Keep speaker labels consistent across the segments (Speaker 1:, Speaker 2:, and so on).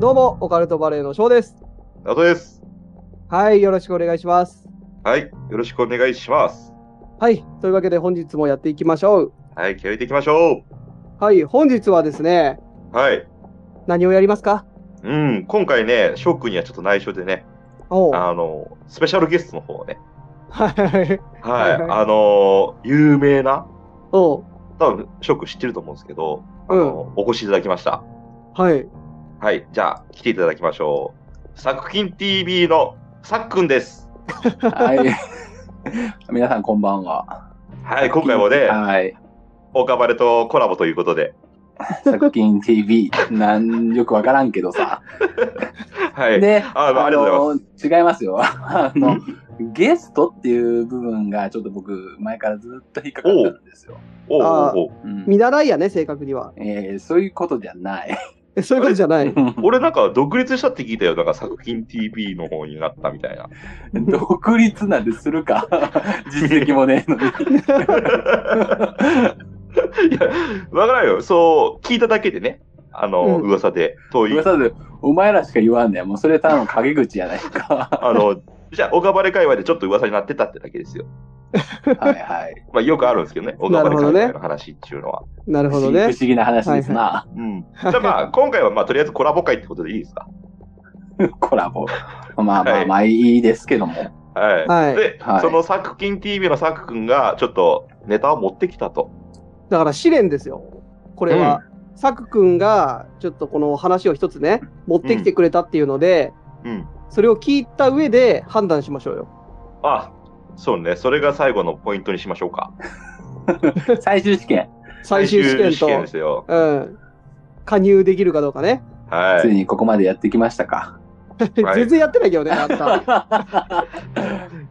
Speaker 1: どうも、オカルトバレーの翔です。
Speaker 2: ナトです。
Speaker 1: はい、よろしくお願いします。
Speaker 2: はい。よろしくお願いします。
Speaker 1: はい、というわけで本日もやっていきましょう。
Speaker 2: はい。気合い入れていきましょ
Speaker 1: はい、本日はですね、
Speaker 2: う。はい。
Speaker 1: 何をやりますか
Speaker 2: うん。今回ね、翔くんにはちょっと内緒でね、
Speaker 1: おうは
Speaker 2: あの、スペシャルゲストの方をね、
Speaker 1: い、
Speaker 2: はい。
Speaker 1: はいはい
Speaker 2: あの、有名な、
Speaker 1: おう
Speaker 2: 多分翔くん知ってると思うんですけど、あ
Speaker 1: うん、
Speaker 2: のお越しいただきました。
Speaker 1: はい。
Speaker 2: はい。じゃあ、来ていただきましょう。作品 TV のさっくんです。
Speaker 3: はい。 皆さんこんばんは。
Speaker 2: はい。今回もね、
Speaker 3: はい。
Speaker 2: オカバレとコラボということで、
Speaker 3: 作品 TV、なん、よくわからんけどさ。
Speaker 2: はい。
Speaker 3: で、
Speaker 2: あありがとうご
Speaker 3: の、違いますよ。あ
Speaker 2: う
Speaker 3: の、ゲストっていう部分がちょっと僕、前からずっと引っかかったんですよ。
Speaker 2: おうお
Speaker 1: あ
Speaker 2: うおう
Speaker 3: うん
Speaker 1: 見習いやね、正確には。
Speaker 3: えーそういうことじゃない。
Speaker 1: えそういうことじゃない。
Speaker 2: 俺なんか独立したって聞いたよ。なんか作品 TV の方になったみたいな。
Speaker 3: 独立なんてす るか。実績もねえのに。
Speaker 2: いや、わからんよ。そう、聞いただけでね、あの、
Speaker 1: うん
Speaker 2: 噂で、遠い、
Speaker 3: 噂で、お前らしか言わんねん。もうそれただの陰口やな いか。
Speaker 2: あの、じゃあ、オカバレ界隈でちょっと噂になってたってだけですよ。
Speaker 3: はいはい。
Speaker 2: まあ、よくあるんで すけどね、オカバレ界隈の話っていうのは。
Speaker 1: なる
Speaker 3: 不
Speaker 1: ほ
Speaker 3: 思
Speaker 1: ど
Speaker 3: 議不
Speaker 1: ね
Speaker 3: 思。議な話ですな。
Speaker 2: うん。じゃあまあ、今回はまあ、とりあえずコラボ会ってことでいいですか。
Speaker 3: コラボ。まあま
Speaker 2: はい
Speaker 3: あまあいいですけども。
Speaker 2: はい。
Speaker 1: はい
Speaker 2: で、
Speaker 3: はい
Speaker 2: その作品 TV の作君が、ちょっとネタを持ってきたと。
Speaker 1: だから試練ですよ、これは。さくくんが、ちょっとこの話を一つね、持ってきてくれたっていうので、
Speaker 2: うん。
Speaker 1: それを聞いた上で判断しましょうよ。
Speaker 2: あ、そうね。それが最後のポイントにしましょうか。
Speaker 3: 最終試験、
Speaker 1: 最終試験と、
Speaker 2: 最終試験ですよ。
Speaker 1: うん、加入できるかどうかね。
Speaker 2: は
Speaker 3: つい
Speaker 2: い。
Speaker 3: にここまでやってきましたか。
Speaker 2: はい
Speaker 1: 全然やってないけ どね、あんた。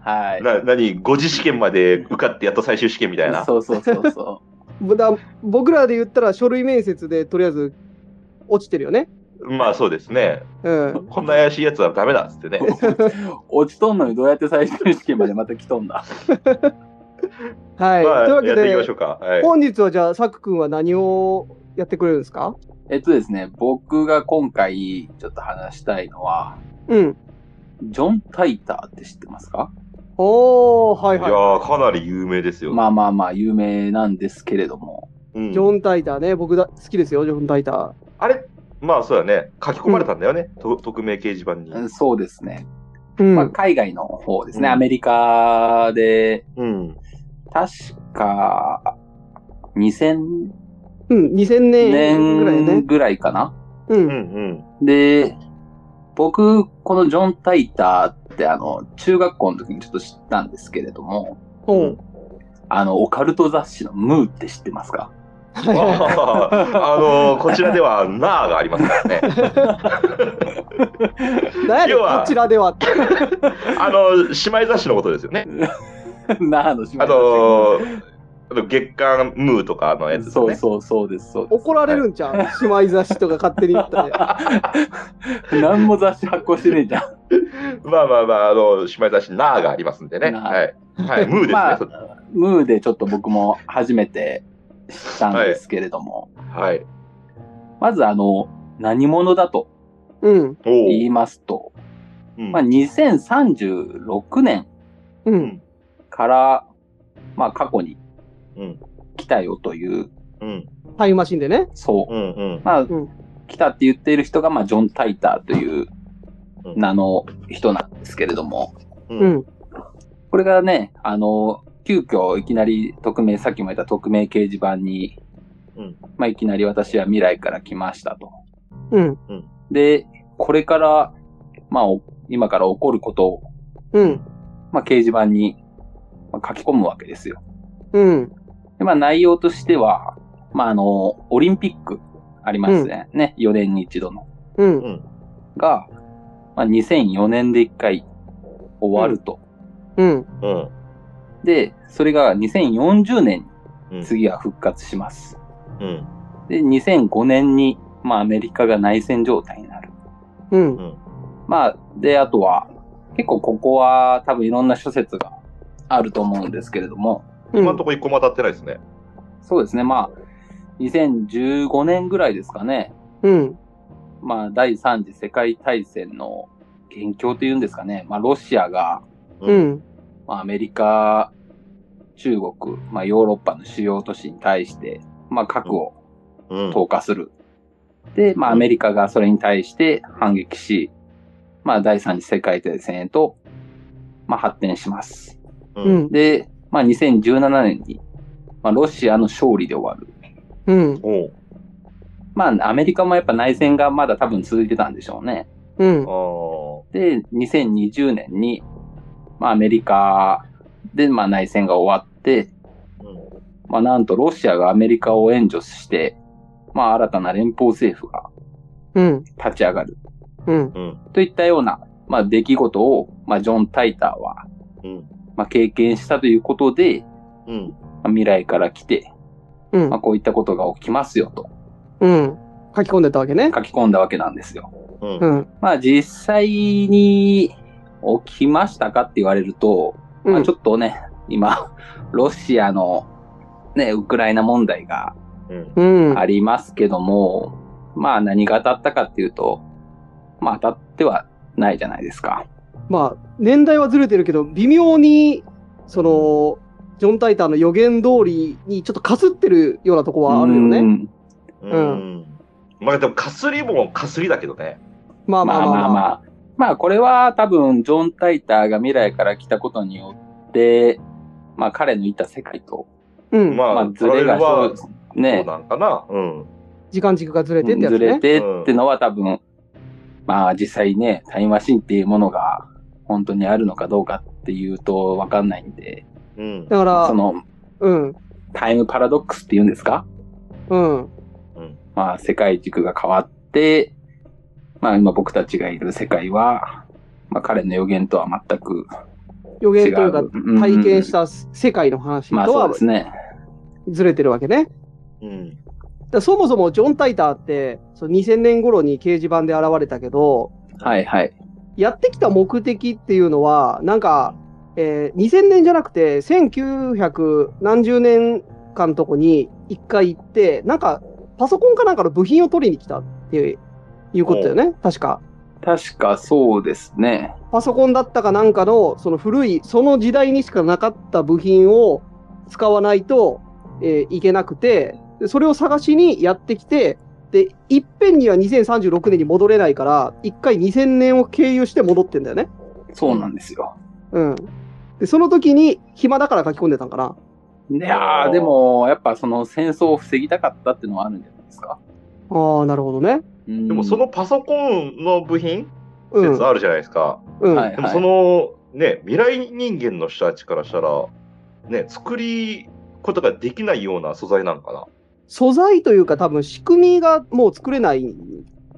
Speaker 3: はい。
Speaker 2: な、何、5次試験まで受かってやっと最終試験みたいな。
Speaker 3: そうそうそうそ
Speaker 1: ぶだ僕らで言ったら書類面接でとりあえず落ちてるよね。
Speaker 2: まあそうですね。
Speaker 1: うん。
Speaker 2: こんな怪しいやつはダメだっつってね。
Speaker 3: う。 落ちとんのにどうやって最終試験までまた来とんだ。
Speaker 1: はい。
Speaker 2: まあ、
Speaker 1: というわ
Speaker 2: や
Speaker 1: け
Speaker 2: っていきま
Speaker 1: で
Speaker 2: しょうか。はい。
Speaker 1: 本日はじゃあさくくんは何をやってくれるんですか
Speaker 3: えっとですね、僕が今回ちょっと話したいのは、
Speaker 1: うん。
Speaker 3: ジョン・タイターって知ってますか
Speaker 1: おー、はい
Speaker 2: いや
Speaker 1: は
Speaker 2: ー、かなり有名ですよ。
Speaker 3: まあまあまあ有名なんですけれども。
Speaker 2: うん
Speaker 1: い。ジョン・タイターね。僕だ好きですよ、ジョン・タイタ
Speaker 2: あれまあそうだね。書き込まれたんだよね。と匿名掲示板に。
Speaker 3: そうですね。
Speaker 1: ー。うん。
Speaker 3: まあ海外の方ですね、
Speaker 2: うん
Speaker 3: アメリカで、
Speaker 2: うん。
Speaker 3: 確か、2000
Speaker 1: うん、2000年ぐらいね
Speaker 3: 年。ぐらいかな、
Speaker 1: う
Speaker 2: うん
Speaker 1: ん。
Speaker 2: うん。
Speaker 3: で、僕、このジョン・タイターって、あの、中学校の時にちょっと知ったんですけれども、
Speaker 1: おう
Speaker 3: あの、オカルト雑誌のムーって知ってますか
Speaker 1: はいはいはい
Speaker 2: あーあのーこちらでは、なーがありますからね。
Speaker 1: 何やねん
Speaker 2: 要は
Speaker 1: こちらではって。
Speaker 2: あのー姉妹雑誌のことですよね。
Speaker 3: なあの、
Speaker 2: あのーあの月刊ムーとかのやつです
Speaker 3: そう
Speaker 2: ね。
Speaker 3: そうそうです、そうで
Speaker 1: 怒られるんちゃう姉妹雑誌とか勝手に言った ら。
Speaker 3: す。何も雑誌発行してねえじゃん。
Speaker 2: まあまあまあ、あのー姉妹雑誌、なーがありますんでね。
Speaker 3: なー
Speaker 2: はい。はい、ムーですね。
Speaker 3: まあ
Speaker 2: そ
Speaker 3: ムーでちょっと僕も初めて知ったんですけれども、
Speaker 2: はい。
Speaker 3: まずあの、何者だと
Speaker 1: うん。
Speaker 2: おー
Speaker 3: 言いますと、
Speaker 2: うん
Speaker 3: まあ、2036年
Speaker 1: うん。
Speaker 3: から、まあ、過去に
Speaker 2: うん
Speaker 3: 来たよという、
Speaker 2: うん
Speaker 1: タイムマシンでね。
Speaker 3: そう
Speaker 2: うんうん
Speaker 3: まあ、
Speaker 1: ん
Speaker 3: 来たって言っている人が、まあ、ジョン・タイターという
Speaker 2: うん
Speaker 3: 名の人なんですけれども、
Speaker 2: う
Speaker 1: うんん。
Speaker 3: これがね、あの、急遽いきなり匿名、さっきも言った匿名掲示板に、
Speaker 2: うん
Speaker 3: まあ、いきなり私は未来から来ましたと。
Speaker 1: うん。
Speaker 3: で、これから、まあ、お今から起こることを、
Speaker 1: うん。
Speaker 3: まあ、掲示板にまあ書き込むわけですよ。
Speaker 1: うん。
Speaker 3: で、まあ、内容としては、まあ、あの、オリンピックありますね。ね、4年に一度の。
Speaker 1: うん。
Speaker 3: が、まあ、2004年で一回終わると。
Speaker 1: うん。
Speaker 2: うん
Speaker 3: で、それが2040年
Speaker 2: うん
Speaker 3: に次は復活します。
Speaker 2: うん
Speaker 3: で、2005年に、まあ、アメリカが内戦状態になる。
Speaker 1: うん。
Speaker 3: まあ、で、あとは、結構ここは多分いろんな諸説があると思うんですけれども、
Speaker 2: 今のところ一個も当たってないですね。
Speaker 3: そうですね、まあ、2015年ぐらいですかね、
Speaker 1: うん。
Speaker 3: まあ、第三次世界大戦の元凶というんですかね、まあ、ロシアが、
Speaker 1: う。ん。
Speaker 3: まあ、アメリカ、中国、まあ、ヨーロッパの主要都市に対して、まあ、核を
Speaker 2: うん。
Speaker 3: 投下する。で、まあ、アメリカがそれに対して反撃し、まあ、第三次世界大戦へと、まあ、発展します。
Speaker 2: う。
Speaker 1: うんん。
Speaker 3: で、まあ、2017年に、まあ、ロシアの勝利で終わる。
Speaker 1: うん。
Speaker 2: おう
Speaker 3: まあ、アメリカもやっぱ内戦がまだ多分続いてたんでしょうね。
Speaker 1: うん。
Speaker 2: あ
Speaker 3: で、2020年に、まあ、アメリカで、まあ、内戦が終わって、
Speaker 2: ーうん
Speaker 3: まあ、なんとロシアがアメリカを援助して、まあ、新たな連邦政府が
Speaker 1: うん。
Speaker 3: 立ち上がる。
Speaker 1: うん。
Speaker 3: といったような、まあ、出来事を、まあ、ジョン・タイターは、
Speaker 2: うん。
Speaker 3: まあ、経験したということで、
Speaker 2: うん。
Speaker 3: まあ未来から来て、
Speaker 1: うん
Speaker 3: まあ、。こういったことが起きますよと
Speaker 1: うん。書き込んでたわけね。
Speaker 3: 書き込んだわけなんですよ。
Speaker 2: うん。
Speaker 1: う
Speaker 2: うん。
Speaker 1: ん。
Speaker 3: まあ実際に起きましたかって言われると、
Speaker 1: う
Speaker 3: まあ
Speaker 1: ん
Speaker 3: ち。ょっとね、今、 ロシアの、ね、ウクライナ問題が
Speaker 2: うん。
Speaker 1: うん
Speaker 3: ありますけども、まあ何が当たったかっていうと、まあ当たってはないじゃないですか。
Speaker 1: まあ、年代はずれてるけど、微妙に、その、ジョン・タイターの予言通りにちょっとかすってるようなとこはあるよ
Speaker 3: う
Speaker 1: ね。
Speaker 3: ん
Speaker 2: うん。まあでも、かすりもかすりだけどね。
Speaker 1: まあま
Speaker 3: ま
Speaker 1: あ
Speaker 3: あ
Speaker 1: まあ
Speaker 3: ま
Speaker 1: ま
Speaker 3: あ
Speaker 1: あ。
Speaker 3: まあ。まあこれは多分ジョン・タイターが未来から来たことによって、まあ彼のいた世界と、
Speaker 1: うん。
Speaker 2: ま
Speaker 3: ま
Speaker 2: あ
Speaker 3: あ、ズレが
Speaker 2: それは
Speaker 3: 生じね
Speaker 2: そうなんかな。うん。
Speaker 1: 時間軸がずれてってや
Speaker 3: ず
Speaker 1: つ
Speaker 3: れ
Speaker 1: ね。
Speaker 3: てってのは多分、まあ実際ね、タイムマシンっていうものが本当にあるのかどうかっていうとわかんないんで、
Speaker 2: うん。
Speaker 1: だから、
Speaker 3: その
Speaker 1: うん。
Speaker 3: タイムパラドックスっていうんですか
Speaker 1: うん。
Speaker 3: まあ世界軸が変わって、まあ今僕たちがいる世界は、まあ彼の予言とは全く
Speaker 1: 予
Speaker 3: 違。
Speaker 1: 言といううか、
Speaker 3: うん
Speaker 1: 体験した世界の話と
Speaker 3: まあそう
Speaker 1: は
Speaker 3: ですね。
Speaker 1: ずれてるわけね。
Speaker 2: うん。
Speaker 1: だからそもそもジョン・タイターって、その2000年頃に掲示板で現れたけど、
Speaker 3: はいはい。
Speaker 1: やってきた目的っていうのは、なんか、えー2000年じゃなくて、1900何十年間のとこに一回行って、なんか、パソコンかなんかの部品を取りに来たっていういうことだよね、確か。
Speaker 3: 確かそうですね。
Speaker 1: パソコンだったかなんかの、その古い、その時代にしかなかった部品を使わないと、えーいけなくて、でそれを探しにやってきて、で、いっぺんには2036年に戻れないから、一回2000年を経由して戻ってんだよね。
Speaker 3: そうなんですよ。
Speaker 1: うん。で、その時に暇だから書き込んでたんかな。
Speaker 3: いやーでもやっぱその戦争を防ぎたかったっていうのはあるんじゃないですか。
Speaker 1: ああ、なるほどね。
Speaker 3: で
Speaker 2: でも、そのパソコンの部品
Speaker 1: うん。
Speaker 2: 説あるじゃないですか。
Speaker 1: うん。
Speaker 3: はい
Speaker 2: でもそのね、未来人間の人たちからしたら、ね、作りことができないような素材なんか
Speaker 1: 素材というか多分仕組みがもう作れないん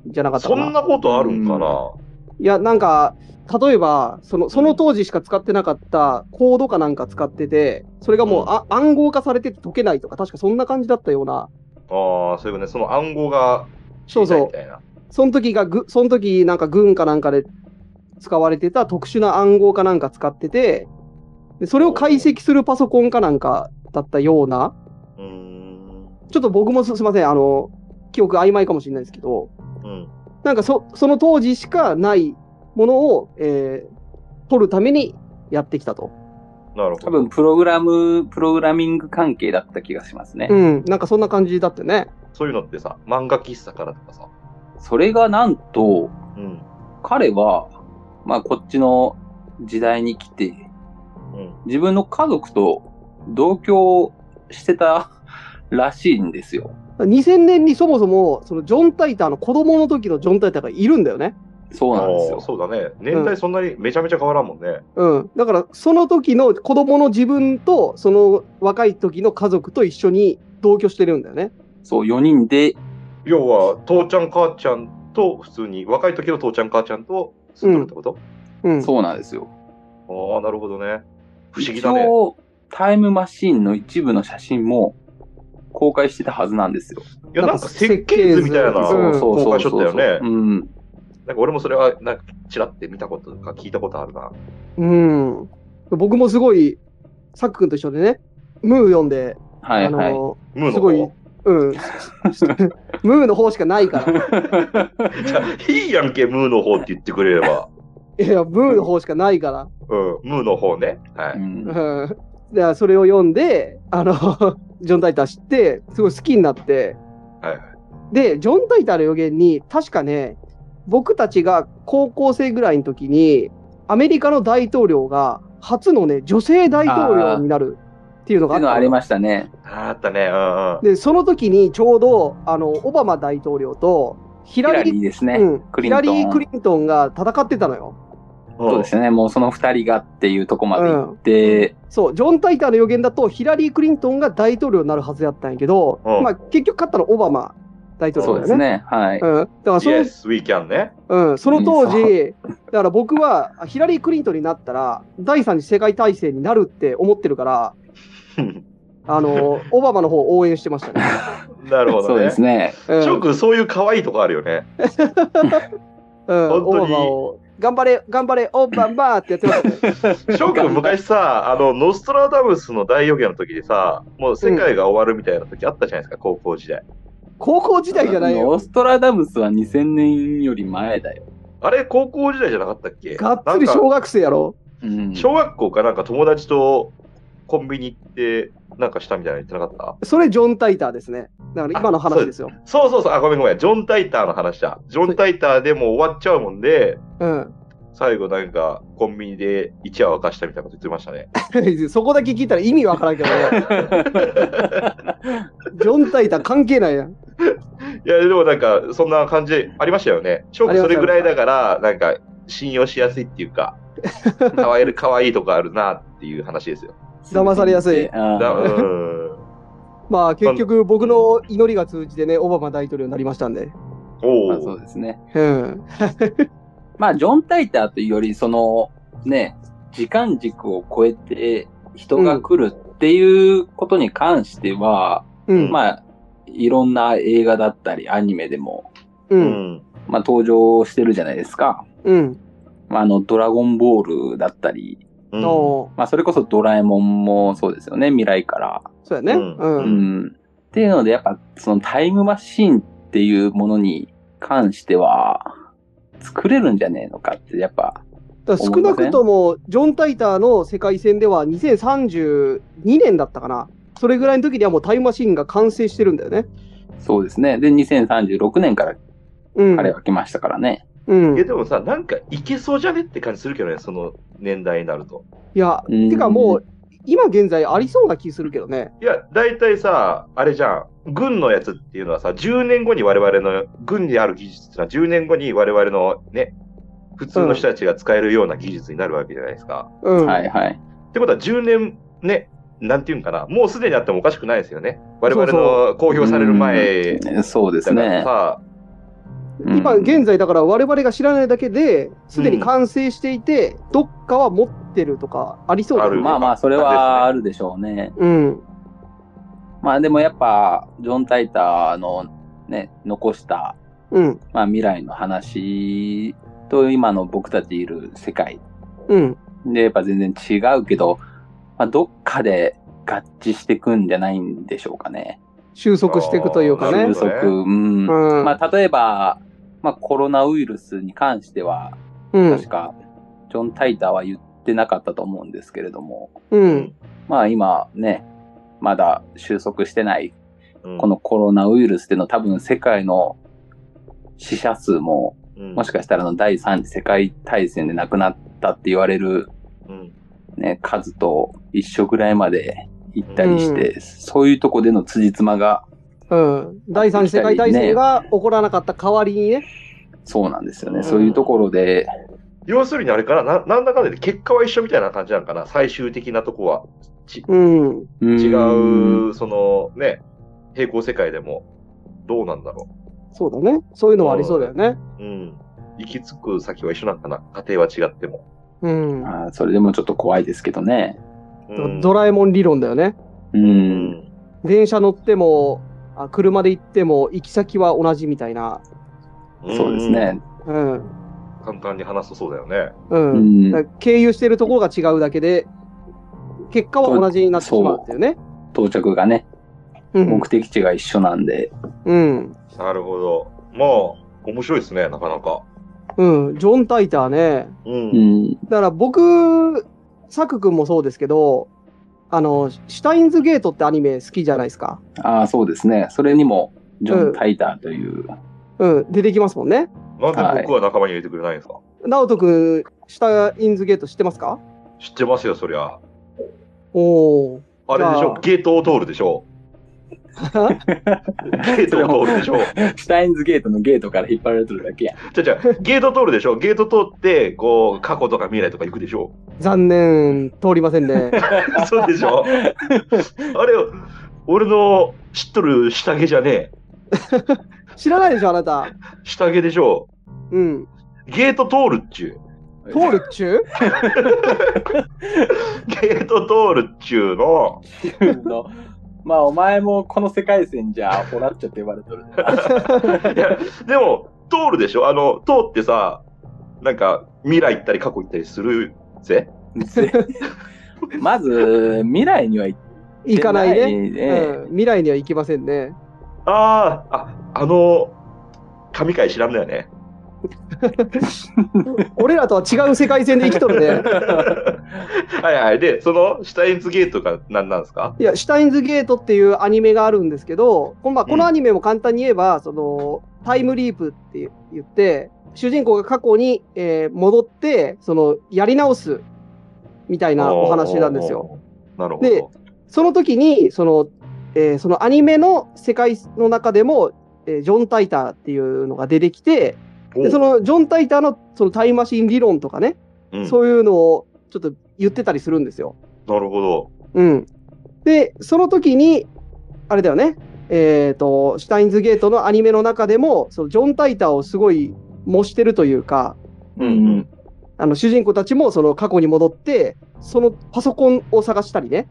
Speaker 1: じゃなか
Speaker 2: な。
Speaker 1: ったか
Speaker 2: そ
Speaker 1: な。
Speaker 2: んなことあるんかな。
Speaker 1: いや、なんか、例えば、その、その当時しか使ってなかったコードかなんか使ってて、それがもう、
Speaker 2: うん
Speaker 1: あ暗号化されてて解けないとか、確かそんな感じだったような。
Speaker 2: ああ、そういうね、その暗号が知りたいみたいな。
Speaker 1: その時がぐ、その時なんか軍かなんかで使われてた特殊な暗号かなんか使ってて、でそれを解析するパソコンかなんかだったような。
Speaker 2: うーん。
Speaker 1: ちょっと僕もすすいません、あの、記憶曖昧かもしれないですけど、
Speaker 2: うん。
Speaker 1: なんかそその当時しかないものを、えー取るためにやってきたと。
Speaker 2: なるほど。
Speaker 3: 多分プログラム、プログラミング関係だった気がしますね。
Speaker 1: うん、なんかそんな感じだったよね。
Speaker 2: そういうのってさ、漫画喫茶からとかさ。
Speaker 3: それがなんと、
Speaker 2: うん。
Speaker 3: 彼は、まあこっちの時代に来て、
Speaker 2: うん。
Speaker 3: 自分の家族と同居してた らしいんですよ。
Speaker 1: 2000年にそもそも、そのジョン・タイターの子供の時のジョン・タイターがいるんだよね。
Speaker 3: そうなんです
Speaker 2: あー
Speaker 3: よ。
Speaker 2: そうだね。年代そんなにめちゃめちゃ変わらんもんね。
Speaker 1: うん。だから、その時の子供の自分と、その若い時の家族と一緒に同居してるんだよね。
Speaker 3: そう、4人で、
Speaker 2: 要は、父ちゃん母ちゃんと普通に、若い時の父ちゃん母ちゃんと住んでるってこと、
Speaker 1: うん。
Speaker 3: そうなんですよ。
Speaker 2: ああ、なるほどね。不思議だね
Speaker 3: 一。応、タイムマシンの一部の写真も公開してたはずなんですよ。
Speaker 2: いや、
Speaker 1: な
Speaker 2: なんん
Speaker 1: か
Speaker 2: か設計図みたいな、
Speaker 1: 設計図うん
Speaker 3: そう
Speaker 2: 公
Speaker 3: そう
Speaker 2: 開し
Speaker 3: そ
Speaker 2: と
Speaker 3: う
Speaker 2: った
Speaker 3: そう。
Speaker 2: よね。
Speaker 3: うん。
Speaker 2: なんか俺もそれは、なんか、ちらって見たこととか聞いたことあるな。
Speaker 1: うん。僕もすごい、サック君と一緒でね、ムー読んで、
Speaker 3: はいはい。
Speaker 1: の、
Speaker 2: ムーの
Speaker 1: すごい
Speaker 2: 方。
Speaker 1: うん。ムーの方しかないから。
Speaker 2: じゃあいいやんけ、ムーの方って言ってくれれば。
Speaker 1: いや、ムーの方しかないから。
Speaker 2: うん、ムーの方ね。は
Speaker 3: う
Speaker 2: い。
Speaker 1: うん
Speaker 3: ん。
Speaker 1: だからそれを読んで、あの、 ジョン・タイター知って、すごい好きになって、
Speaker 2: はい。
Speaker 1: で、ジョン・タイターの予言に、確かね、僕たちが高校生ぐらいの時に、アメリカの大統領が初のね、女性大統領になるっていうの
Speaker 3: っ
Speaker 1: があっ
Speaker 3: ていうの
Speaker 1: た
Speaker 3: はあ
Speaker 1: の
Speaker 3: りましたね。
Speaker 2: あったね、うんうん。
Speaker 1: で、その時にちょうど、あの、オバマ大統領とヒ
Speaker 3: ヒ
Speaker 1: ラ
Speaker 3: ラ
Speaker 1: リー
Speaker 3: リーですね。
Speaker 1: うん、
Speaker 3: クリ
Speaker 1: ヒ
Speaker 3: ント
Speaker 1: ラ
Speaker 3: ン
Speaker 1: リー・クリントンが戦ってたのよ。
Speaker 3: そうですね。もうその二人がっていうとこまで行って、
Speaker 1: そう、ジョン・タイターの予言だと、ヒラリー・クリントンが大統領になるはずだったんやけど、
Speaker 2: うん
Speaker 1: まあ、結局勝ったのはオバマ大統
Speaker 3: そう
Speaker 1: 領
Speaker 3: で
Speaker 1: だよ
Speaker 3: す
Speaker 1: ね。
Speaker 3: ね。はい。
Speaker 1: うん、だからその
Speaker 2: Yes, we can ね。
Speaker 1: うん、その当
Speaker 3: う
Speaker 1: 時、だから僕はあヒラリー・クリントンになったら、第三次世界大戦になるって思ってるから、あ のオバマの方を応援してましたね。
Speaker 2: なるほ
Speaker 3: そ
Speaker 2: ど
Speaker 3: う
Speaker 2: ね。
Speaker 3: ですね。
Speaker 1: うん
Speaker 2: 翔くん、そういう可愛いとこあるよね。
Speaker 1: うん、
Speaker 2: 本
Speaker 1: オ
Speaker 2: 当に
Speaker 1: バマを、頑張れ、頑張れ、オバマってやってましたね。
Speaker 2: 翔くん、昔さ、あの、ノストラダムスの大予言の時でさ、もう世界が終わるみたいな時あったじゃないですか、高校時代。
Speaker 1: 高校時代じゃない
Speaker 3: オ
Speaker 1: よ
Speaker 3: ー。ストラダムスは2000年より前だよ。
Speaker 2: あれ、高校時代じゃなかったっけ
Speaker 1: がっつり
Speaker 2: なんか
Speaker 1: 小学生やろ。
Speaker 3: うん。
Speaker 2: 小学校かなんか友達とコンビニ行って、なんかしたみたいなの言ってなかっ
Speaker 1: それジョン・タイターですね。だから今の話ですよ。
Speaker 2: たそうそうそう、あ、ごめんごめん。ジョン・タイターの話だ。ジョン・タイターでもう終わっちゃうもんで、
Speaker 1: うん。
Speaker 2: 最後なんかコンビニで一夜明かしたみたいなこと言ってましたね。
Speaker 1: そこだけ聞いたら意味わからんけどね。ジョン・タイター関係ないやん。
Speaker 2: いや、でもなんか、そんな感じありましたよね。翔
Speaker 1: あ
Speaker 2: くん
Speaker 1: りま
Speaker 2: そ
Speaker 1: した
Speaker 2: れぐらいだから、なんか、信用しやすいっていう か、かわいる、かわいいとこあるなっていう話ですよ。
Speaker 1: 騙されやすい
Speaker 2: だう
Speaker 3: あ
Speaker 2: ーん。
Speaker 1: まあ結局僕の祈りが通じてね、オバマ大統領になりましたんで。
Speaker 3: ー
Speaker 2: お
Speaker 3: まあそう
Speaker 2: ー
Speaker 3: ですね。
Speaker 1: うん。
Speaker 3: まあ、ジョン・タイターというより、その、ね、時間軸を超えて人が来るっていうことに関しては、
Speaker 1: うん。
Speaker 3: まあ、いろんな映画だったり、アニメでも、
Speaker 1: う。
Speaker 2: うんん。
Speaker 3: まあ、登場してるじゃないですか。
Speaker 1: うん。
Speaker 3: まあ、あの、ドラゴンボールだったり、
Speaker 2: うん
Speaker 1: の、
Speaker 3: まあ、それこそドラえもんもそうですよね、未来から。
Speaker 1: そうやね。
Speaker 2: うん
Speaker 1: う。
Speaker 3: うんん。っていうので、やっぱ、そのタイムマシンっていうものに関しては、作れるんじゃねえのかって、やっぱ、
Speaker 1: だから少なくとも、ジョン・タイターの世界戦では2032年だったかな。それぐらいの時にはもうタイムマシンが完成してるんだよね。
Speaker 3: そうですね。で、2036年から
Speaker 1: うん。
Speaker 3: 彼は来ましたからね。
Speaker 1: うん。
Speaker 2: い
Speaker 1: い
Speaker 2: や、でもさ、なんか、いけそうじゃねって感じするけどね、その年代になると。
Speaker 1: や、
Speaker 3: うん
Speaker 1: てかもう、今現在ありそうな気するけどね。
Speaker 2: いや、大体さ、あれじゃん。軍のやつっていうのはさ、10年後に我々の、軍にある技術ってのは10年後に我々のね、普通の人たちが使えるような技術になるわけじゃないですか。
Speaker 1: うん。
Speaker 3: はいはい。
Speaker 2: ってことは10年ね、なんていうんかな、もうすでにあってもおかしくないですよね。我々
Speaker 1: そ
Speaker 2: の公表される前
Speaker 3: うんそうで
Speaker 2: だ
Speaker 3: す
Speaker 2: から
Speaker 3: ね。
Speaker 2: さ、
Speaker 3: うん
Speaker 1: 今現在だから我々が知らないだけですでに完成していて、どっかは持ってるとかありそうだ
Speaker 2: ある
Speaker 3: まあまあ、それはあるでしょうね。
Speaker 1: うん
Speaker 3: まあでもやっぱ、ジョン・タイターのね、残した、
Speaker 1: うん
Speaker 3: まあ未来の話と今の僕たちいる世界
Speaker 1: うん
Speaker 3: で、やっぱ全然違うけど、まあ、どっかで合致していくんじゃないんでしょうかね。
Speaker 1: 収束していくというか
Speaker 2: なる
Speaker 1: ね
Speaker 3: 収
Speaker 2: ほどね
Speaker 3: 束。うん。
Speaker 1: うん
Speaker 3: まあ、例えば、まあ、コロナウイルスに関しては、
Speaker 1: うん
Speaker 3: 確か、ジョン・タイターは言ってなかったと思うんですけれども、
Speaker 1: うん
Speaker 3: まあ今ね、まだ収束してない、
Speaker 2: うん
Speaker 3: このコロナウイルスっていうのは多分世界の死者数も、もしかしたらあの第3次世界大戦で亡くなったって言われる
Speaker 2: うん
Speaker 3: ね、数と一緒ぐらいまで行ったりして、そういうとこでの辻褄が
Speaker 1: うん第三次世界大戦が起こらなかった代わりにね
Speaker 3: そうなんですよね。
Speaker 2: うん
Speaker 3: そういうところで、
Speaker 2: 要するにあれかなな、なんだかんだで結果は一緒みたいな感じなのかな、最終的なとこは。ち
Speaker 1: うん
Speaker 2: 違
Speaker 3: うん
Speaker 2: う、そのね、平行世界でも、どうなんだろ
Speaker 1: そうだねそういうのはありそうだよね
Speaker 2: う。うん。行き着く先は一緒なんかな、家庭は違っても。
Speaker 1: うん
Speaker 3: あーそれでもちょっと怖いですけどね。
Speaker 2: うん
Speaker 1: ドラえもん理論だよね
Speaker 3: う。
Speaker 2: うんん。
Speaker 1: 電車乗ってもあ車で行っても行き先は同じみたいな
Speaker 3: そうですね。
Speaker 1: うん
Speaker 2: うん。簡単に話すとそうだよね。
Speaker 1: うん、
Speaker 3: うん
Speaker 1: だから経由してるところが違うだけで結果は同じになってしまうっていうね
Speaker 3: 到着がね。
Speaker 1: うん
Speaker 3: 目。的地が一緒なんで、
Speaker 1: うん。
Speaker 2: なるほど。まあ、面白いですね、なかなか。
Speaker 1: うん。ジョン・タイターね。
Speaker 2: う。
Speaker 3: うんん、
Speaker 1: だから僕、サク君もそうですけど、あの、シュタインズゲートってアニメ好きじゃないですか。
Speaker 3: ああ、そうですね。それにも、ジョ
Speaker 1: うん
Speaker 3: ン・タイターという、
Speaker 1: うん。出てきますもんね。
Speaker 2: なんで僕は仲間に入れてくれないんですか、
Speaker 1: ナオト君、シュタインズゲート知ってますか
Speaker 2: 知ってますよ、そりゃ。
Speaker 1: おー。
Speaker 2: あれでしょ
Speaker 1: あー
Speaker 2: ゲートを通るでしょゲートを通るでしょ
Speaker 3: シュタインズゲートのゲートから引っ張られてるだけや。
Speaker 2: じゃじゃゲート通るでしょゲート通って、こう、過去とか未来とか行くでしょ
Speaker 1: 残念、通りませんね。
Speaker 2: そうでしょあれ、俺の知っとる下着じゃねえ。
Speaker 1: 知らないでしょ、あなた。
Speaker 2: 下着でしょ
Speaker 1: うん。
Speaker 2: ゲート通るっちゅう。
Speaker 1: 通るっち ゅう
Speaker 2: ゲート通るっちゅうの。
Speaker 3: の まあ、お前もこの世界線じゃ、ほらっちょって言われて る。
Speaker 2: いや、でも、通るでしょあの、通ってさ、なんか、未来行ったり過去行ったりするぜ。
Speaker 3: まず、未来には行っ
Speaker 1: 行かないね。
Speaker 3: ね。
Speaker 1: うん、未来には行きませんね。
Speaker 2: ああ、あ、あの、神回知らんの よね。
Speaker 1: 俺らとは違う世界線で生きとる ね。
Speaker 2: はいはい。で、その、シュタインズゲートが何なんですか
Speaker 1: いや、シュタインズゲートっていうアニメがあるんですけど、この,、まあ、
Speaker 2: うん
Speaker 1: このアニメも簡単に言えば、その、タイムリープって言って、主人公が過去に、えー戻って、その、やり直す、みたいなお話なんですよ。。
Speaker 2: なるほ
Speaker 1: で
Speaker 2: ど。
Speaker 1: その時に、その、えーそのアニメの世界の中でも、えージョン・タイターっていうのが出てきて、でそのジョン・タイターのそのタイムマシン理論とかね、
Speaker 2: うん
Speaker 1: そういうのをちょっと言ってたりするんですよ。
Speaker 2: なるほど。
Speaker 1: うん。で、その時に、あれだよね、えっ、と、シュタインズゲートのアニメの中でも、そのジョン・タイターをすごい模してるというか、
Speaker 3: うんうん。
Speaker 1: あの主人公たちもその過去に戻って、そのパソコンを探したりね、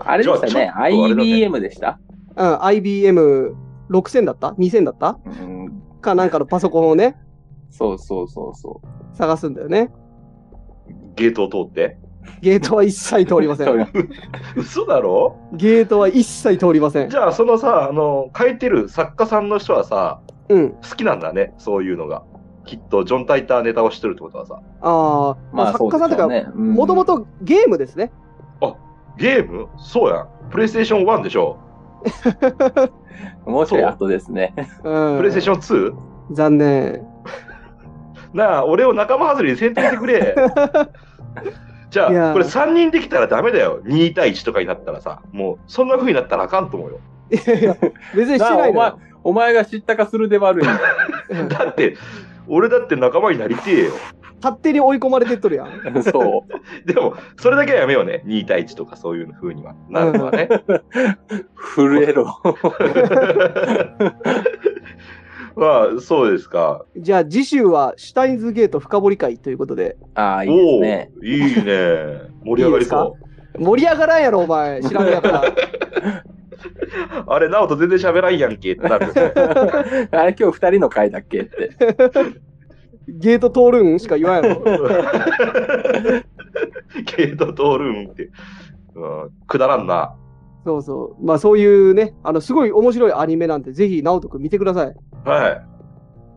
Speaker 2: あ
Speaker 3: あれでしたね。
Speaker 2: IBM。
Speaker 3: IBM でした。
Speaker 1: うん、IBM6000 だった ?2000 だった
Speaker 3: うん、
Speaker 1: かなんかのパソコンをね、
Speaker 3: そうそうそうそ
Speaker 1: 探すんだよね。
Speaker 2: ゲートを通って。
Speaker 1: ゲートは一切通りま
Speaker 3: う。
Speaker 1: せん。
Speaker 2: 嘘だろ
Speaker 1: ゲートは一切通りません
Speaker 2: じ。ゃあ、そのさ、あの、書いてる作家さんの人はさ、
Speaker 1: うん。
Speaker 2: 好きなんだね、そういうのが。きっと、ジョン・タイターネタを知ってるってことはさ。
Speaker 1: ああ、
Speaker 3: まあ、
Speaker 1: 作家さんと
Speaker 3: そ
Speaker 1: か
Speaker 3: う、ですよね、
Speaker 1: もともとゲームですね。
Speaker 2: ゲームそうやん。プレイステーション1でしょ。
Speaker 3: うん、もうちょい後ですね。
Speaker 1: うん
Speaker 2: プレイステーション 2?
Speaker 1: 残念。
Speaker 2: なあ、俺を仲間外れに選定してく れ。じ
Speaker 1: い
Speaker 2: ゃ
Speaker 1: やー
Speaker 2: あ、これ3人できたらダメだよ。2対1とかになったらさ、もう、そんな風になったらあかんと思うよ。
Speaker 1: いやいや、 別にしてないの
Speaker 3: なあ
Speaker 1: よ。
Speaker 3: お前が知ったかするで 悪いんだ。
Speaker 1: うん
Speaker 2: だって、俺だって仲間になりてえよ。
Speaker 1: 勝手に追い込まれてっとるやん。
Speaker 3: そう。
Speaker 2: でも、それだけはやめようね。2対1とかそういう風にはなるのはね。
Speaker 3: 震えろ。
Speaker 2: まあ、そうですか。
Speaker 1: じゃあ次週はシュタインズゲート深掘り会ということで。
Speaker 3: ああ、
Speaker 2: お
Speaker 3: いいですね。
Speaker 2: おーいいね。盛り上がりそう。
Speaker 1: 盛り上がらんやろ、お前。知らんやから。
Speaker 2: あれ、なおと全然喋らんやんけってな るよね。
Speaker 3: あれ今日二人の回だっけって。
Speaker 1: ゲート通るんしか言わんやろ。
Speaker 2: ゲート通るんって、うん、くだらんな。
Speaker 1: そうそう。まあそういうね、あの、すごい面白いアニメなんで、ぜひ、直人くん見てください。
Speaker 2: は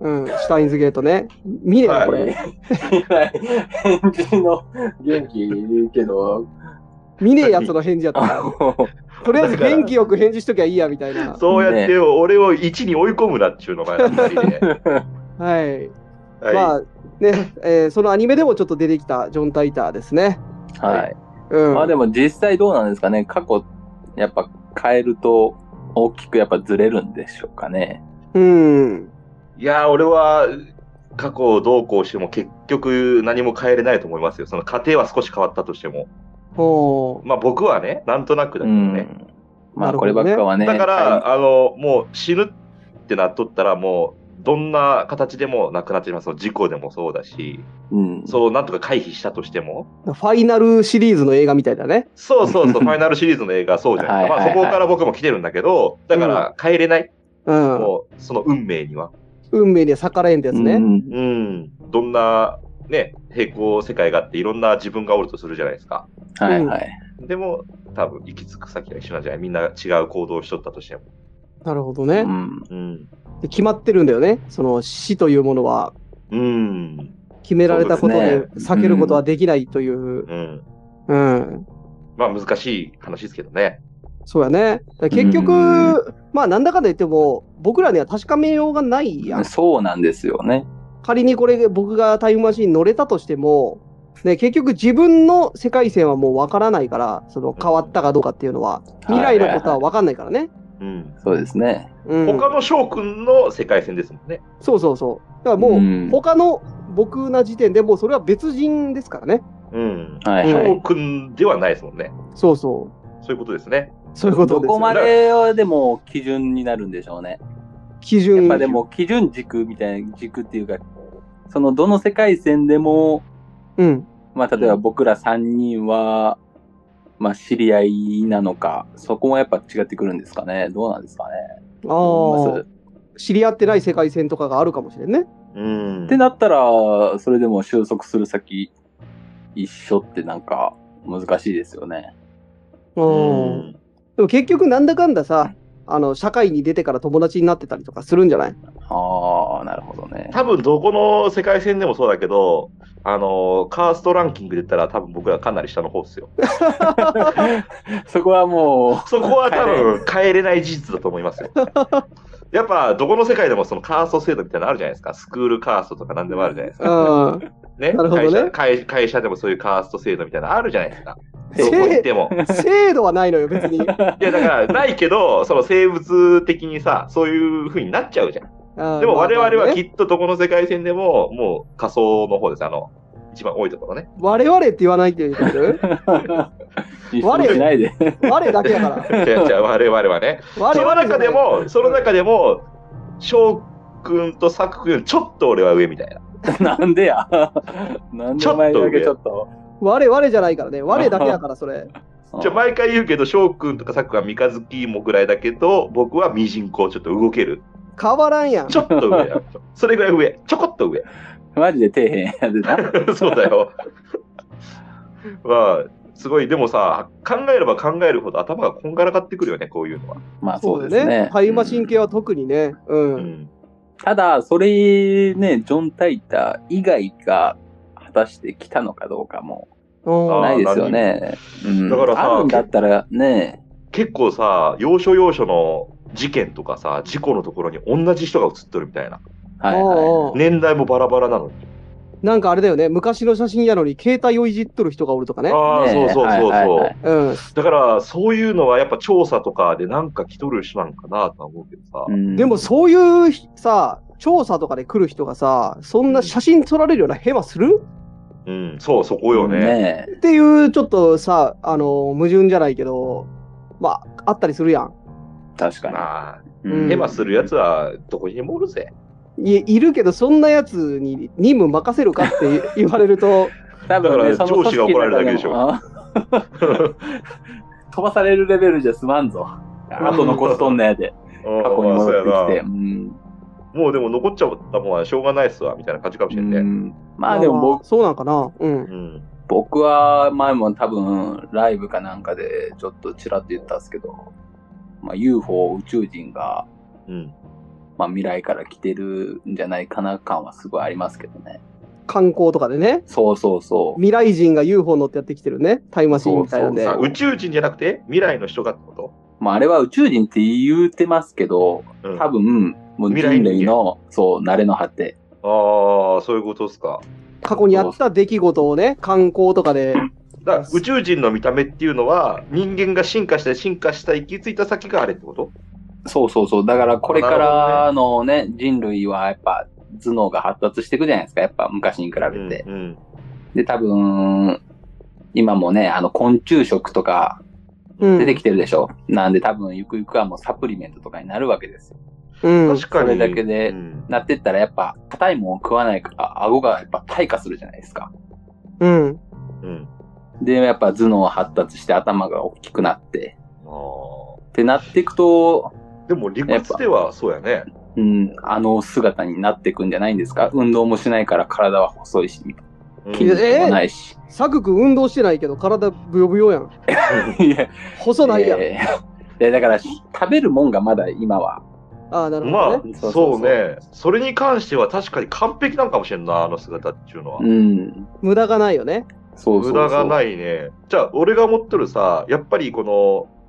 Speaker 1: うん、シュタインズゲートね。見ねえ
Speaker 2: は
Speaker 1: な、
Speaker 2: い。。
Speaker 1: こ
Speaker 3: こ
Speaker 1: れ。
Speaker 3: れ、返事の元気いるけど、
Speaker 1: 見ねえやつの返事やった
Speaker 3: あ
Speaker 1: ら。
Speaker 3: の
Speaker 1: とりあえず元気よく返事しときゃいいや、みたいない
Speaker 2: そうやって俺を1に追い込むなっちゅうのがやっぱり ね。
Speaker 1: はい。
Speaker 2: はい、
Speaker 1: まあ、ね、えーそのアニメでもちょっと出てきたジョン・タイターですね。
Speaker 3: はい。
Speaker 1: うん。
Speaker 3: まあでも実際どうなんですかね。過去、やっぱ変えると大きくやっぱずれるんでしょうかね。
Speaker 1: うん。
Speaker 2: いやー、俺は過去をどうこうしても結局何も変えれないと思いますよ。その過程は少し変わったとしても。
Speaker 1: ほう。
Speaker 2: まあ僕はね、なんとなくだけどね。
Speaker 3: まあこればっかはね。
Speaker 2: だか
Speaker 3: は
Speaker 2: ら、あの、もう死ぬってなっとったらもう、どんな形でもなくなってしまう。その事故でもそうだし、
Speaker 3: い、うん。
Speaker 2: そう、なんとか回避したとしても、
Speaker 1: ファイナルシリーズの映画みたいだね。
Speaker 2: そうそう そう、ファイナルシリーズの映画、そうじゃないですか。
Speaker 3: はいはいはい
Speaker 2: まあ、そこから僕も来てるんだけど、だから変えれない、
Speaker 1: うん。
Speaker 2: もう、その運命には。
Speaker 1: 運命には逆らえんってやつ
Speaker 3: う
Speaker 1: ね。
Speaker 3: ん
Speaker 2: うん。どんな、ね、平行世界があって、いろんな自分がおるとするじゃないですか。
Speaker 3: はいはい。
Speaker 2: でも、多分行き着く先が一緒なんじゃないみんな違う行動をしとったとしても。
Speaker 1: なるほどね
Speaker 3: う。ん。
Speaker 2: うん。
Speaker 1: で決まってるんだよね。その死というものは
Speaker 2: うん。
Speaker 1: 決められたこと
Speaker 3: そう
Speaker 1: で
Speaker 3: ですね
Speaker 1: 避けることはできないという。
Speaker 2: うん。
Speaker 1: うん。
Speaker 2: まあ難しい話ですけどね。
Speaker 1: そうやね。だから結
Speaker 3: う
Speaker 1: 局、まあなんだかんだ言っても僕らには確かめようがないやん。
Speaker 3: そうなんですよね。
Speaker 1: 仮にこれ僕がタイムマシンに乗れたとしても、ね、結局自分の世界線はもうわからないから、その変わったかどうかっていうのは、未来のことはわかんないからね。
Speaker 2: うん。
Speaker 3: そうですね。
Speaker 1: うん
Speaker 2: 他の翔くんの世界線ですもんね。
Speaker 1: そうそうそう。だからも
Speaker 3: う
Speaker 1: う、
Speaker 3: ん
Speaker 1: 他の僕な時点でもうそれは別人ですからね。
Speaker 2: うん。
Speaker 3: はいは
Speaker 2: 翔
Speaker 3: い。
Speaker 2: くんではないですもんね。
Speaker 1: そうそ
Speaker 2: そういうことですね。
Speaker 1: う。そういうこと
Speaker 3: ど
Speaker 1: です
Speaker 3: こ
Speaker 1: よ。
Speaker 3: まではでも基準になるんでしょうね。
Speaker 1: 基
Speaker 3: やっ
Speaker 1: 準
Speaker 3: ぱ。でも基準軸みたいな軸っていうか、そのどの世界線でも、
Speaker 1: うん。
Speaker 3: まあ例えば僕ら3人は、まあ知り合いなのか、そこもやっぱ違ってくるんですかね。どうなんですかね。
Speaker 1: あ
Speaker 3: ま
Speaker 1: あ。知り合ってない世界線とかがあるかもしれんね。
Speaker 2: うん。
Speaker 3: ってなったら、それでも収束する先一緒ってなんか難しいですよね。
Speaker 1: う。
Speaker 2: うんん。
Speaker 1: でも結局なんだかんださ、あの、社会に出てから友達になってたりとかするんじゃ ない
Speaker 3: ああ、なるほどね。
Speaker 2: 多分どこの世界線でもそうだけど、あの、カーストランキングで言ったら多分僕らかなり下の方ですよ。
Speaker 3: そこはも
Speaker 2: そこは多分変えれない事実だと思いますよ。 やっぱどこの世界でもそのカースト制度みたいなのあるじゃないですか。スクールカーストとか何でもあるじゃないです
Speaker 1: う
Speaker 2: か。
Speaker 1: ん。
Speaker 2: ね
Speaker 1: なるほどね
Speaker 2: 会社会。会社でもそういうカースト制度みたいなのあるじゃないですか。
Speaker 1: え
Speaker 2: どこ行っても。
Speaker 1: 制度はないのよ、別 に。
Speaker 2: いやだからないけど、 その生物的にさ、そういう風になっちゃうじゃん。
Speaker 1: で
Speaker 2: でも我々はきっとどこの世界線でも、もう仮想の方です。あの、一番多いところ ね。
Speaker 1: 我々って言わないって言 ってる
Speaker 3: う、一緒にしないで。
Speaker 1: 我だけだから。
Speaker 2: じゃあじゃあ我々はね。
Speaker 1: 我々
Speaker 2: その中でも、その
Speaker 1: 中
Speaker 2: 中でも、翔くんと佐久くん、ちょっと俺は上みたいな。
Speaker 3: なんで や。なんでお前だけちょっと。
Speaker 1: 我々じゃないからね。我だけだから、それ。
Speaker 2: じゃあ毎回言うけど、翔くんとか佐久くんは三日月もぐらいだけど、僕はミジンコちょっと動ける。
Speaker 1: 変わらんやん。
Speaker 2: ちょっと上 だ。それぐらい上。ちょこっと上。
Speaker 3: マジで底辺やで な。
Speaker 2: そうだよ。まあ、すごい、でもさ、考えれば考えるほど頭がこんがらがってくるよね、こういうのは。
Speaker 3: まあそうですね。
Speaker 1: タイマシン系は特にね。う。
Speaker 2: うんん。
Speaker 3: ただ、それね、ジョン・タイター以外が果たして来たのかどうかも
Speaker 1: うん
Speaker 3: ないですよね。うん
Speaker 2: だからさ
Speaker 3: あるんだったらね、
Speaker 2: 結構さ、要所要所の事件とかさ、事故のところに同じ人が写ってるみたいな。
Speaker 3: はいは
Speaker 1: おうおう
Speaker 2: 年代もバラバラなのに。
Speaker 1: なんかあれだよね。昔の写真やのに携帯をいじっとる人がおるとかね。
Speaker 2: ああ、
Speaker 3: ね
Speaker 2: そうそうそうそう。
Speaker 3: はいはいはい
Speaker 1: うん。
Speaker 2: だから、そういうのはやっぱ調査とかでなんか来とる人なんかなとは思うけどさ。
Speaker 3: い。うん
Speaker 1: でもそういうひさ、調査とかで来る人がさ、そんな写真撮られるようなヘマする
Speaker 2: うん、そう、そこよね。
Speaker 3: ね
Speaker 1: っていう、ちょっとさ、あの、矛盾じゃないけど、まあ、あったりするやん。
Speaker 3: 確か
Speaker 2: まあ、
Speaker 3: に。
Speaker 1: うん
Speaker 2: ヘマするやつはどこにでもおるぜ。
Speaker 1: いいるけど、そんなやつに任務任せるかって 言言われると、
Speaker 3: 多分
Speaker 2: だから
Speaker 3: ね、その
Speaker 2: 上司が怒られるだけでしょ
Speaker 3: 組織の中でも。あ 飛ばされるレベルじゃすまんぞ。あと残っとんね やで、過去に戻ってきて。うん
Speaker 2: もうでも残っちゃったもんはしょうがないっすわ、みたいな感じかもしれん
Speaker 3: う
Speaker 2: ね。
Speaker 3: んまあでも僕
Speaker 1: そうなんかな。うん。
Speaker 2: うん。
Speaker 3: 僕は前も多分ライブかなんかでちょっとちらっと言ったんですけど、まあ、UFO 宇宙人が、
Speaker 2: うん。
Speaker 3: まあ、未来から来てるんじゃないかな感はすごいありますけどね。
Speaker 1: 観光とかでね。
Speaker 3: そうそうそう。
Speaker 1: 未来人が UFO 乗ってやってきてるね。タイムマシンみたいなんで。
Speaker 3: そう
Speaker 2: さ
Speaker 3: そう
Speaker 2: 宇宙人じゃなくて未来の人がってこ
Speaker 3: まああれは宇宙人って言うてますけど、
Speaker 2: と、うん、
Speaker 3: 多分、もう
Speaker 2: 未来
Speaker 3: 人
Speaker 2: 人間
Speaker 3: 類の、そう、慣れの果て。
Speaker 2: ああ、そういうことっすか。
Speaker 1: 過去にあった出来事をね、観光とかで。
Speaker 2: だから宇宙人の見た目っていうのは、人間が進化して進化した行き着いた先があれってこと
Speaker 3: そうそうそう。だからこれからのね、人類はやっぱ頭脳が発達していくじゃないですか。やっぱ昔に比べて。
Speaker 2: うんうん
Speaker 3: で、多分、今もね、あの昆虫食とか
Speaker 1: うん
Speaker 3: 出てきてるでしょ。なんで多分ゆくゆくはもうサプリメントとかになるわけですよ。
Speaker 1: うん。
Speaker 2: 確かに。
Speaker 3: それだけで
Speaker 2: うん
Speaker 3: なってったらやっぱ硬いもん食わないから顎がやっぱ退化するじゃないですか。
Speaker 1: うん。
Speaker 2: うん。
Speaker 3: で、やっぱ頭脳発達して頭が大きくなって。
Speaker 2: ああ。
Speaker 3: ってなっていくと、
Speaker 2: でも理屈ではそうやね。
Speaker 3: うん、あの姿になっていくんじゃないんですか運動もしないから体は細いし、みたいな
Speaker 2: うん
Speaker 3: 筋肉もな いし。
Speaker 1: サク君運動してないけど体ブヨブヨやん。
Speaker 3: いや、
Speaker 1: 細ないやん。
Speaker 3: えーいやだから、食べるもんがまだ今は。
Speaker 1: ああ、なるほど
Speaker 2: ま
Speaker 1: ね。
Speaker 3: ね
Speaker 2: あ、そうね。それに関しては確かに完璧なんかもしれんな、あの姿っていうのは。
Speaker 3: うん。
Speaker 1: 無駄がないよね。
Speaker 3: そうそうそう。。
Speaker 2: 無駄がないいね。じゃあ、俺が持っとるさ、やっぱりこ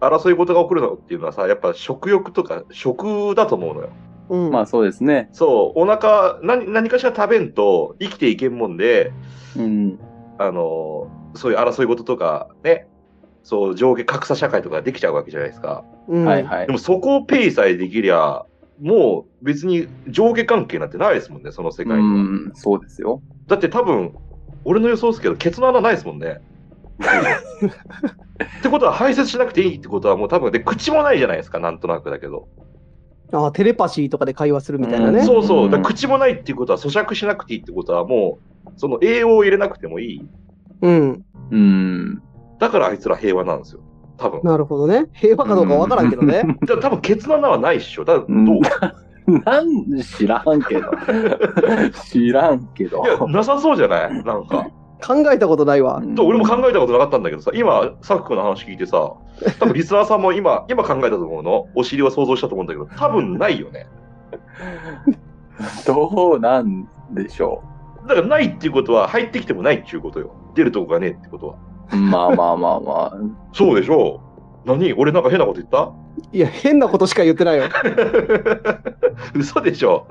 Speaker 2: の争い事が起こるのっていうのはさ、やっぱ食欲とか食だと思うのよ。
Speaker 1: うん。
Speaker 3: まあそうですね。
Speaker 2: そう、お腹、何何かしら食べんと生きていけんもんで、
Speaker 3: うん。
Speaker 2: あの、そういう争い事とか、ね、そう、上下格差社会とかできちゃうわけじゃないですか。
Speaker 1: うん、
Speaker 3: はいはい
Speaker 2: で。もそこをペイさえできりゃ、もう別に上下関係なんてないですもんね、その世界に
Speaker 3: う
Speaker 2: は。
Speaker 3: ん、そうですよ。
Speaker 2: だって多分、俺の予想ですけど、ケツの穴ないですもんね。ってことは排泄しなくていいってことはもう多分で口もないじゃないですかなんとなくだけど、
Speaker 1: ああ、テレパシーとかで会話するみたいな
Speaker 3: え
Speaker 1: ね。
Speaker 2: そうそうだから
Speaker 3: うん
Speaker 2: 口もないっていうことは咀嚼しなくていいってことはもうその栄養を入れなくてもいい
Speaker 1: うん。
Speaker 3: うん。
Speaker 2: だからあいつら平和なんですよ多分
Speaker 1: なるほどね。平和かどうかわからんけどね。
Speaker 2: だから多分ケツの穴はないっしょだどう、
Speaker 3: うん
Speaker 2: い
Speaker 3: なん、知らん けど。知らんけど。
Speaker 2: やなさそうじゃないなんか
Speaker 1: 考えたことないわ。
Speaker 2: と俺も考えたことなかったんだけどさ今サックの話聞いてさ多分リスナーさんも今今考えたと思うのお尻は想像したと思うんだけど多分ないよね
Speaker 3: どうなんでしょ
Speaker 2: だからないっていうことは入ってきてもないっていうことよ。出るとこがねえってことは。
Speaker 3: う。まあまあまあま
Speaker 2: そうでしょう。何俺なんか変なこと言った
Speaker 1: いや、変なことしか言ってないよ。
Speaker 2: 嘘でしょ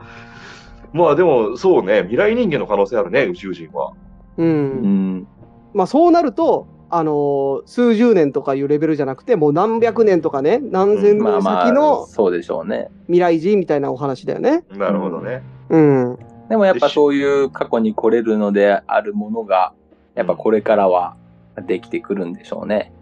Speaker 2: まあでもそうね、未来人間の可能性あるね、宇宙人は。
Speaker 1: う。
Speaker 3: あ。うんん。
Speaker 1: まあそうなると、あのー数十年とかいうレベルじゃなくて、もう何百年とかね、何千
Speaker 3: まあ
Speaker 1: 年
Speaker 3: ま
Speaker 1: 先
Speaker 3: あ、
Speaker 1: の
Speaker 3: そうでしょうね。
Speaker 1: 未来人みたいなお話だよね。
Speaker 2: なるほどね。
Speaker 1: うん。
Speaker 3: でもやっぱそういう過去に来れるのであるものが、やっぱこれからはできてくるんでしょうね。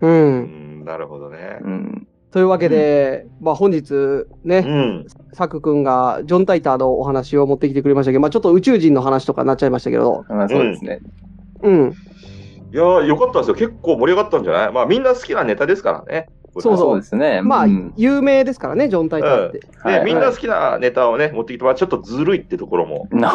Speaker 1: う。
Speaker 2: うんん、なるほどね。
Speaker 3: うん。
Speaker 1: というわけで、まあ本日
Speaker 2: う
Speaker 1: ね、
Speaker 2: ん。
Speaker 1: サク君がジョン・タイターのお話を持ってきてくれましたけど、まあちょっと宇宙人の話とかになっちゃいましたけど、
Speaker 3: まあそうですね。
Speaker 1: うん。
Speaker 2: いやー、よかったですよ。結構盛り上がったんじゃないまあみんな好きなネタですからね。
Speaker 1: そうそう
Speaker 3: ですね。
Speaker 1: まあ
Speaker 3: うん、
Speaker 1: 有名ですからね、ジョン・タイターって。
Speaker 2: ね
Speaker 3: はい
Speaker 2: みんな好きなネタをね、持ってきて、まあちょっとずるいってところも。
Speaker 3: な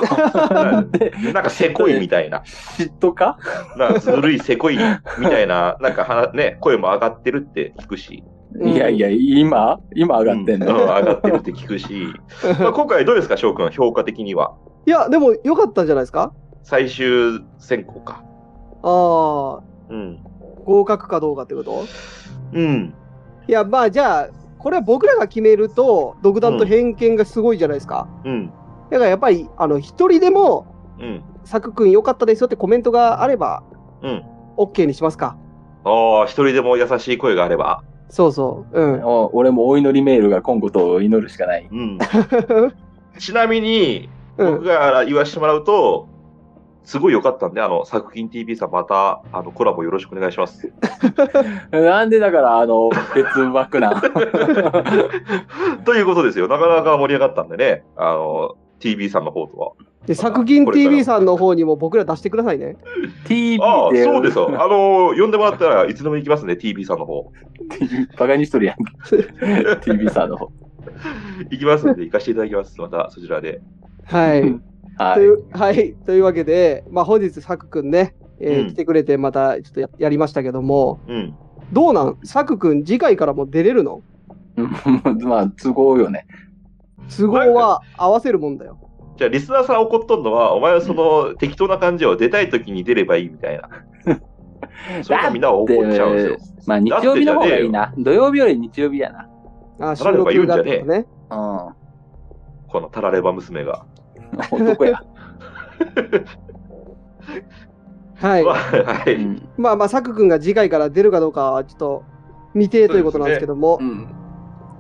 Speaker 3: んで、
Speaker 2: なんかせこいみたいな。
Speaker 3: 嫉妬か
Speaker 2: なんかずるい、せこいみたいな、なんかはなね、声も上がってるって聞くし。
Speaker 1: うん
Speaker 3: いやいや、今今上がってん
Speaker 2: うんうん
Speaker 3: の、
Speaker 2: 上がってるって聞くし、 まあ、今回どうですか、翔くん、評価的には。
Speaker 1: いや、でも良かったんじゃないですか
Speaker 2: 最終選考か。
Speaker 1: ああ、
Speaker 2: うん。
Speaker 1: 合格かどうかってこと
Speaker 2: うん。
Speaker 1: いや、まあじゃあ、これは僕らが決めると、独断と偏見がすごいじゃないですか。
Speaker 2: うん。
Speaker 1: だからやっぱり、あの、一人でも、
Speaker 2: うん。
Speaker 1: サク君良かったですよってコメントがあれば、
Speaker 2: うん。
Speaker 1: OK にしますか。
Speaker 2: ああ、一人でも優しい声があれば。
Speaker 1: そうそう。うん。
Speaker 3: お俺もお祈りメールが今後と祈るしかない。
Speaker 2: うん。ちなみに、
Speaker 1: う
Speaker 2: 僕
Speaker 1: ん、
Speaker 2: が言わせてもらうと、すごい良かったんで、あの、作品 TV さんまた、あの、コラボよろしくお願い します。
Speaker 3: なんでだから、あの、別枠なん。
Speaker 2: ということですよ。なかなか盛り上がったんでね、あの、TV さんの方とは。
Speaker 1: で、作品
Speaker 2: これから
Speaker 1: TV さんの方にも僕ら出してくださいね。
Speaker 3: TV
Speaker 2: ああ、
Speaker 3: で、
Speaker 2: そうですよ。あの、呼んでもらったらいつでも行きますね、TV さんの方。
Speaker 3: バカにしとるやん。TV さんの方。
Speaker 2: 行きますので、行かせていただきます。またそちらで。
Speaker 1: はい。
Speaker 3: は
Speaker 1: と
Speaker 3: い
Speaker 1: い。うはい。というわけで、まあ本日、サク君ね、えー
Speaker 2: うん
Speaker 1: 来てくれて、またちょっとややりましたけども、
Speaker 2: うん。
Speaker 1: どうなんサク君、次回からも出れるの
Speaker 3: まあ、都合よね。
Speaker 1: 都合は合わせるもんだよ。
Speaker 2: じゃあ、リスナーさん怒っとんのは、お前はその適当な感じを出たい時に出ればいいみたいな。それがみんな怒っちゃうんですよ。
Speaker 3: まあ、日曜日の方がいいな。土曜日より日曜日やな。
Speaker 1: あ収
Speaker 2: なれば言う
Speaker 1: 録
Speaker 2: んじ
Speaker 1: だ
Speaker 2: ゃね
Speaker 1: とかね。
Speaker 3: うん。
Speaker 2: このタラレバ娘が。
Speaker 3: 男や。
Speaker 1: はい。
Speaker 2: まあは
Speaker 3: う
Speaker 2: い。
Speaker 3: ん。
Speaker 1: まあまあ、サク君が次回から出るかどうかはちょっと未定ということなんですけども、
Speaker 3: うん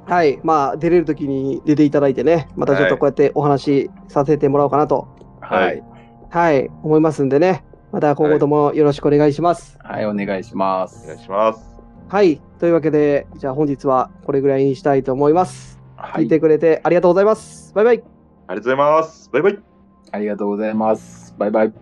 Speaker 1: はい。まあ、出れるときに出ていただいてね、またちょっとこうやってお話しさせてもらおうかなと、
Speaker 3: はい。
Speaker 1: はい、思いますんでね、また今後ともよろしくお願いします。
Speaker 3: はい、お願いしま
Speaker 2: お
Speaker 3: す
Speaker 2: 願。いします。
Speaker 1: はい。というわけで、じゃあ本日はこれぐらいにしたいと思います。
Speaker 3: は
Speaker 1: 聞い
Speaker 3: い。
Speaker 1: てくれてありがとうございます。バイバイ。
Speaker 2: ありがとうございます。バイバイ。
Speaker 3: ありがとうございます。バイバイ。